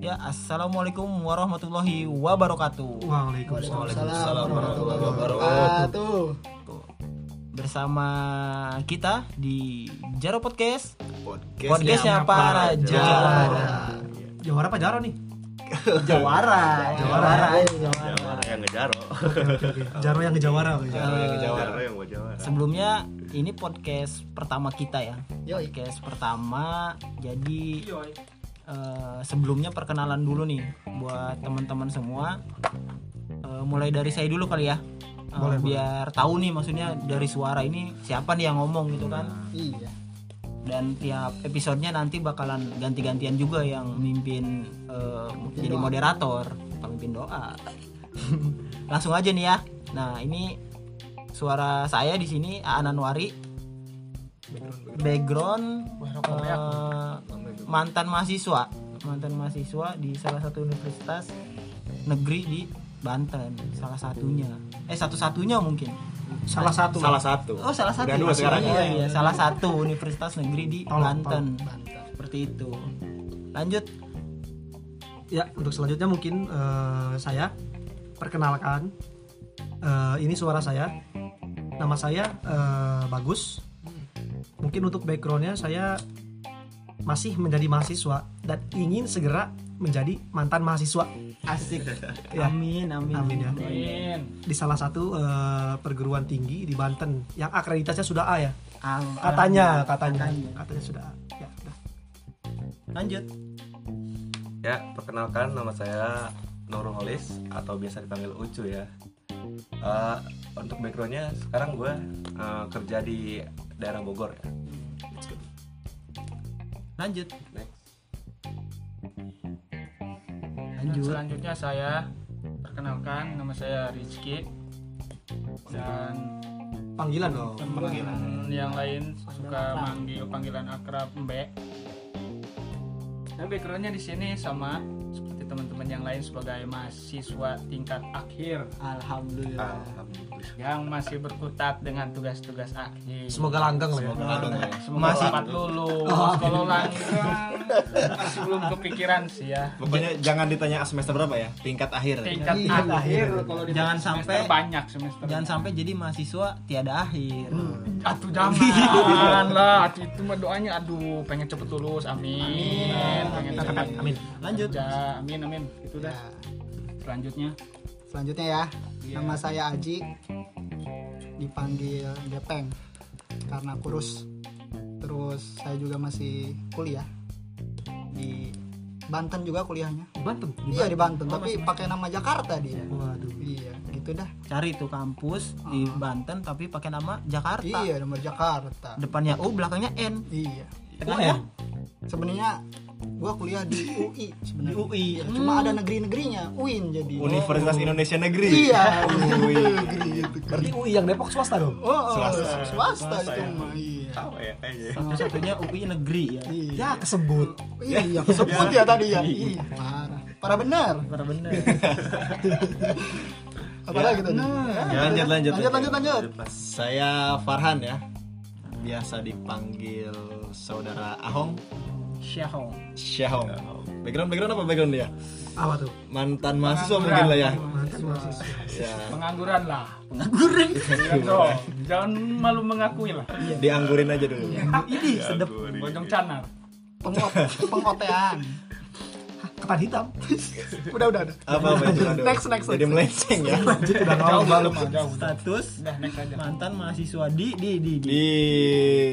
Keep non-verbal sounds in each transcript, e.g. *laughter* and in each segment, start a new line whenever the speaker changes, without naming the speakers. Ya, Assalamualaikum warahmatullahi wabarakatuh.
Waalaikumsalam
Waalaikumsalam warahmatullahi wabarakatuh.
wabarakatuh.
Bersama kita di Jaro Podcast.
Podcastnya
Podcastnya para
Jawara.
Jawara.
Jawara apa Jaro nih?
Jawara. Jawara.
Jawara yang ngejaro.
Jaro yang ke Jawara. Pak.
Jaro yang ke Jawara.
Jaro yang ngejawara.
Sebelumnya ini podcast pertama kita ya.
Yoi.
Podcast pertama. Jadi eh, sebelumnya perkenalan dulu nih buat teman-teman semua. Eh, mulai dari saya dulu kali ya. Eh,
Boleh, boleh.
biar tahu nih maksudnya dari suara ini siapa nih yang ngomong gitu kan.
Iya.
dan tiap episodenya nanti bakalan ganti-gantian juga yang mimpin eh, jadi
doa.
moderator pemimpin doa *laughs* langsung aja nih ya nah ini suara saya di sini Aan Anwari background eh, mantan mahasiswa mantan mahasiswa di salah satu universitas negeri di Banten salah satunya eh satu-satunya mungkin
Salah satu.
Salah satu.
Oh salah satu.
Udah dua sekarang.
ya?
Iya, iya, salah satu Universitas Negeri di
Tolong,
Banten.
Mantap.
Seperti itu. Lanjut.
Ya, untuk selanjutnya mungkin eh, saya perkenalkan Eh, ini suara saya. Nama saya eh, Bagus. Mungkin untuk backgroundnya saya masih menjadi mahasiswa dan ingin segera menjadi mantan mahasiswa
*laughs*
Asik.
Ya.
Amin, amin.
Amin, ya. di salah satu eh, perguruan tinggi di Banten yang akreditasnya sudah A ya
Al-
katanya
Alhamdulillah.
katanya katanya sudah A. ya sudah.
Lanjut.
Ya, perkenalkan nama saya Nurul Holis atau biasa dipanggil Ucu ya. Eh, untuk backgroundnya sekarang gue kerja di daerah Bogor ya. Let's go.
Lanjut.
Next.
Dan
Lanjut.
selanjutnya saya perkenalkan nama saya Rizky dan
panggilan dong
teman yang lain suka manggil panggilan akrab Mbe. Dan backgroundnya di sini sama seperti teman-teman yang lain sebagai mahasiswa tingkat akhir
Alhamdulillah.
Ah. Alhamdulillah.
yang masih berkutat dengan tugas-tugas akhir.
semoga langgeng lah ya
Semoga
Masih- Oh.
cepat lulus. Kalau langgang masih belum kepikiran sih
Iya.
ya.
Pokoknya jangan ditanya semester berapa ya, tingkat akhir.
Tingkat
Iya,
akhir
kalau di
Jangan
semester
sampai
banyak semester.
jangan sampai jadi mahasiswa tiada akhir.
Hmm.
Aduh jangan lah, aduh itu mah doanya aduh pengen cepet lulus, amin. Pengen cepet.
amin
Lanjut.
Ya, amin amin. Itu dah.
Ya.
Selanjutnya
Selanjutnya ya. Nama saya Aji. Dipanggil Gepeng karena kurus. Terus saya juga masih kuliah di Banten juga kuliahnya.
Banten
Iya di Banten, tapi pakai nama Jakarta dia.
waduh
Iya, gitu dah.
Cari tuh kampus di
Ah.
Banten tapi pakai nama Jakarta.
Iya, nomor Jakarta.
Depannya U, belakangnya N. Kan ya?
Iya.
Tengahnya
Sebenarnya gua kuliah *laughs* di UI
di
sebenarnya.
UI.
Iya, Cuma ada negeri-negerinya, UIN jadi.
Universitas Indonesia Negeri.
*laughs* Iya. kan.
berarti UI yang Depok swasta dong
Oh,
Swasta.
swasta, swasta itu
ya.
mah iya.
Tahu ya
gitu.
kayaknya.
Satu-satunya UI negeri ya.
Iya,
ya kesebut
iya, kesebut ya tadi ya. Iya, parah. Parah benar.
Benar benar.
*laughs* Apalagi tadi?
Ya, lanjut, lanjut,
Lanjut, lanjut, lanjut.
Pas
Saya Farhan ya. Biasa dipanggil saudara Ahong,
Syahong.
Syahong. Background background apa background dia?
apa tuh
Mantan mahasiswa mungkin lah ya.
mantan mahasiswa
Ya,
Pengangguran lah. *laughs* Pengangguran. dong. Jangan malu mengakui lah.
dianggurin aja dulu.
Ini sedep.
Bojong canar.
Pengot, pengotean.
ketan hitam *laughs*
Udah, udah, udah.
Apa apa itu aduh.
Next, next,
Jadi
next.
melenceng ya.
lanjut udah
Jauh
ngomong
jauh jauh.
Status
Udah next aja.
mantan mahasiswa di di di di.
Di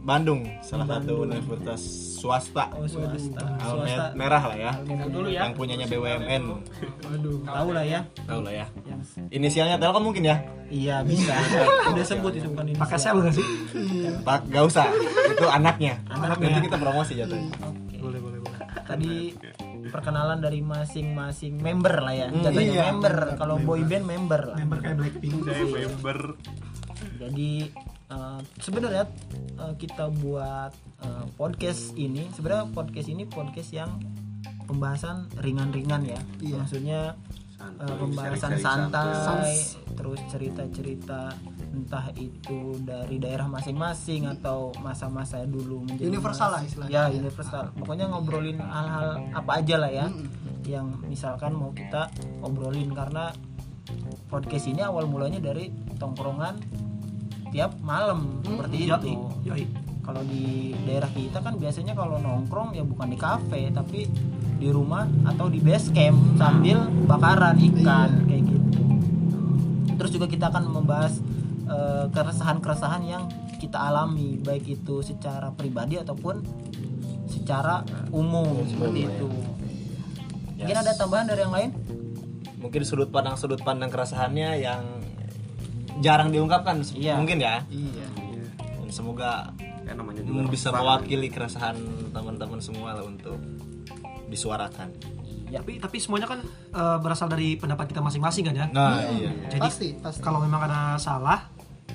Bandung, salah satu universitas swasta.
Oh, swasta. Swasta.
Almet merah lah ya.
Tinggal dulu ya.
Yang punyanya BUMN.
aduh
Tahu lah ya.
Tahu lah ya.
Yang
Inisialnya Telkom mungkin ya?
iya bisa. *laughs* Udah sebut itu bukan ini.
pakai sel nggak sih
Pak, gak usah. Itu anaknya. Nanti kita promosi jatuhnya.
boleh boleh boleh
Tadi perkenalan dari masing-masing member lah ya.
Hmm,
Jatuhnya
iya.
member. Kalau boy band member lah.
member kayak Blackpink
member.
Jadi eh, sebenarnya eh, kita buat eh, podcast ini sebenarnya podcast ini podcast yang pembahasan ringan-ringan ya.
Iya.
Maksudnya eh, pembahasan santai terus cerita-cerita entah itu dari daerah masing-masing atau masa-masa dulu menjadi
Universal
mas-
lah istilahnya.
ya universal pokoknya ngobrolin hal-hal apa aja lah ya
Mm-mm.
yang misalkan mau kita obrolin karena podcast ini awal mulanya dari tongkrongan tiap malam seperti
Iya,
itu
Yoi.
kalau di daerah kita kan biasanya kalau nongkrong ya bukan di kafe tapi di rumah atau di base camp sambil bakaran ikan kayak gitu terus juga kita akan membahas eh, keresahan-keresahan yang kita alami baik itu secara pribadi ataupun secara umum seperti itu mungkin ada tambahan dari yang lain
Mungkin sudut pandang sudut pandang kerasahannya yang jarang diungkapkan se-
Iya.
mungkin ya.
Iya.
Dan semoga
ya namanya juga
mm, bisa
orang
mewakili keresahan teman-teman semua lah untuk disuarakan.
ya
tapi tapi semuanya kan eh, berasal dari pendapat kita masing-masing kan ya
Nah, iya.
jadi
Pasti, pasti.
kalau memang ada salah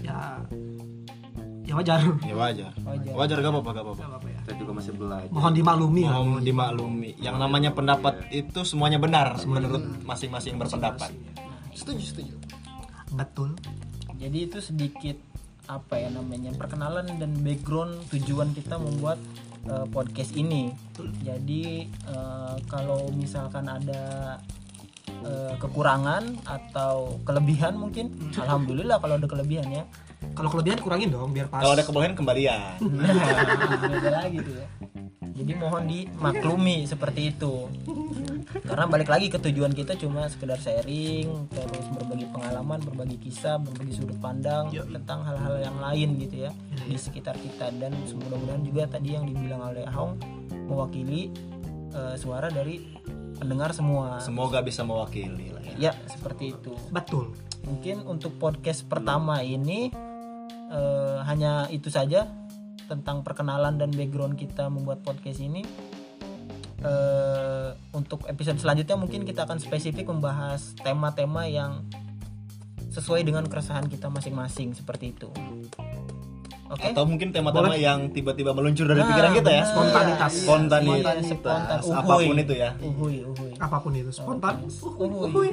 ya ya wajar
Ya wajar.
Wajar.
Wajar gak apa-apa, gak apa-apa.
Gak apa-apa ya.
kita juga masih belajar
mohon dimaklumi lah
Mohon dimaklumi. Yang namanya pendapat itu semuanya benar menurut masing-masing yang berpendapat.
Setuju, setuju.
betul
jadi itu sedikit apa ya namanya perkenalan dan background tujuan kita membuat eh, podcast ini jadi eh, kalau misalkan ada eh, kekurangan atau kelebihan mungkin alhamdulillah kalau ada kelebihan ya
kalau kelebihan kurangin dong biar pas
Kalau ada kebolehan kembalian.
Iya, beda lagi tuh ya jadi mohon dimaklumi seperti itu karena balik lagi ke tujuan kita cuma sekedar sharing terus berbagi pengalaman berbagi kisah berbagi sudut pandang tentang hal-hal yang lain gitu ya di sekitar kita dan mudah-mudahan juga tadi yang dibilang oleh Hong mewakili eh, suara dari pendengar semua
Semoga bisa mewakili lah
ya
ya.
seperti itu
betul
mungkin untuk podcast pertama ini eh, hanya itu saja tentang perkenalan dan background kita membuat podcast ini Eh, untuk episode selanjutnya mungkin kita akan spesifik membahas tema-tema yang sesuai dengan keresahan kita masing-masing seperti itu oke
Atau mungkin tema-tema yang tiba-tiba meluncur dari
Nah,
pikiran kita ya.
benar.
Spontanitas.
Iya,
Spontanitas.
spontan uhuy.
Apapun itu ya.
uhuy uhuy
apapun itu spontan
Uhuy.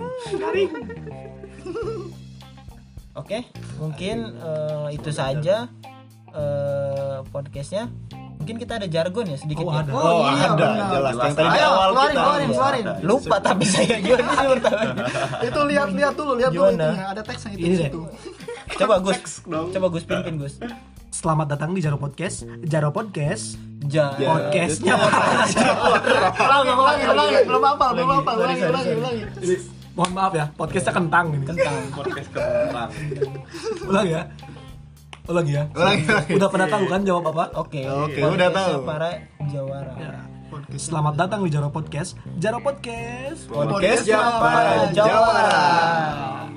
Oke, mungkin eh, itu saja eh, podcastnya. Mungkin kita ada jargon ya sedikit.
Oh,
ya.
ada.
Oh,
iya,
ada
benar.
jelas. Yang
Jelas.
tadi di
Ayo,
awal
keluarin,
kita
keluarin,
harus
keluarin.
ada. Iya.
Lupa tapi
*laughs*
saya gimana sih pertama?
*laughs* Itu lihat-lihat dulu, lihat dulu
Gimana?
itunya. Ada teks yang itu
Ini
di
deh.
situ.
Coba Gus, coba Gus pimpin Gus.
Iya.
selamat datang di Jaro Podcast Jaro Podcast
Ja.
Ja.
podcastnya
Ulangi, ulangi, ulangi. Belum apa, belum apa. Ulangi, ulangi, ulangi.
*laughs* mohon maaf ya podcastnya kentang ini
podcast kembang
ulang ya ulang ya
Ulang, ulang.
udah pada tahu kan jawab apa
Oke.
Oke,
podcastnya
udah tahu.
Para jawara.
selamat datang di Jaro Podcast Jaro Podcast
Podcastnya para Jawara.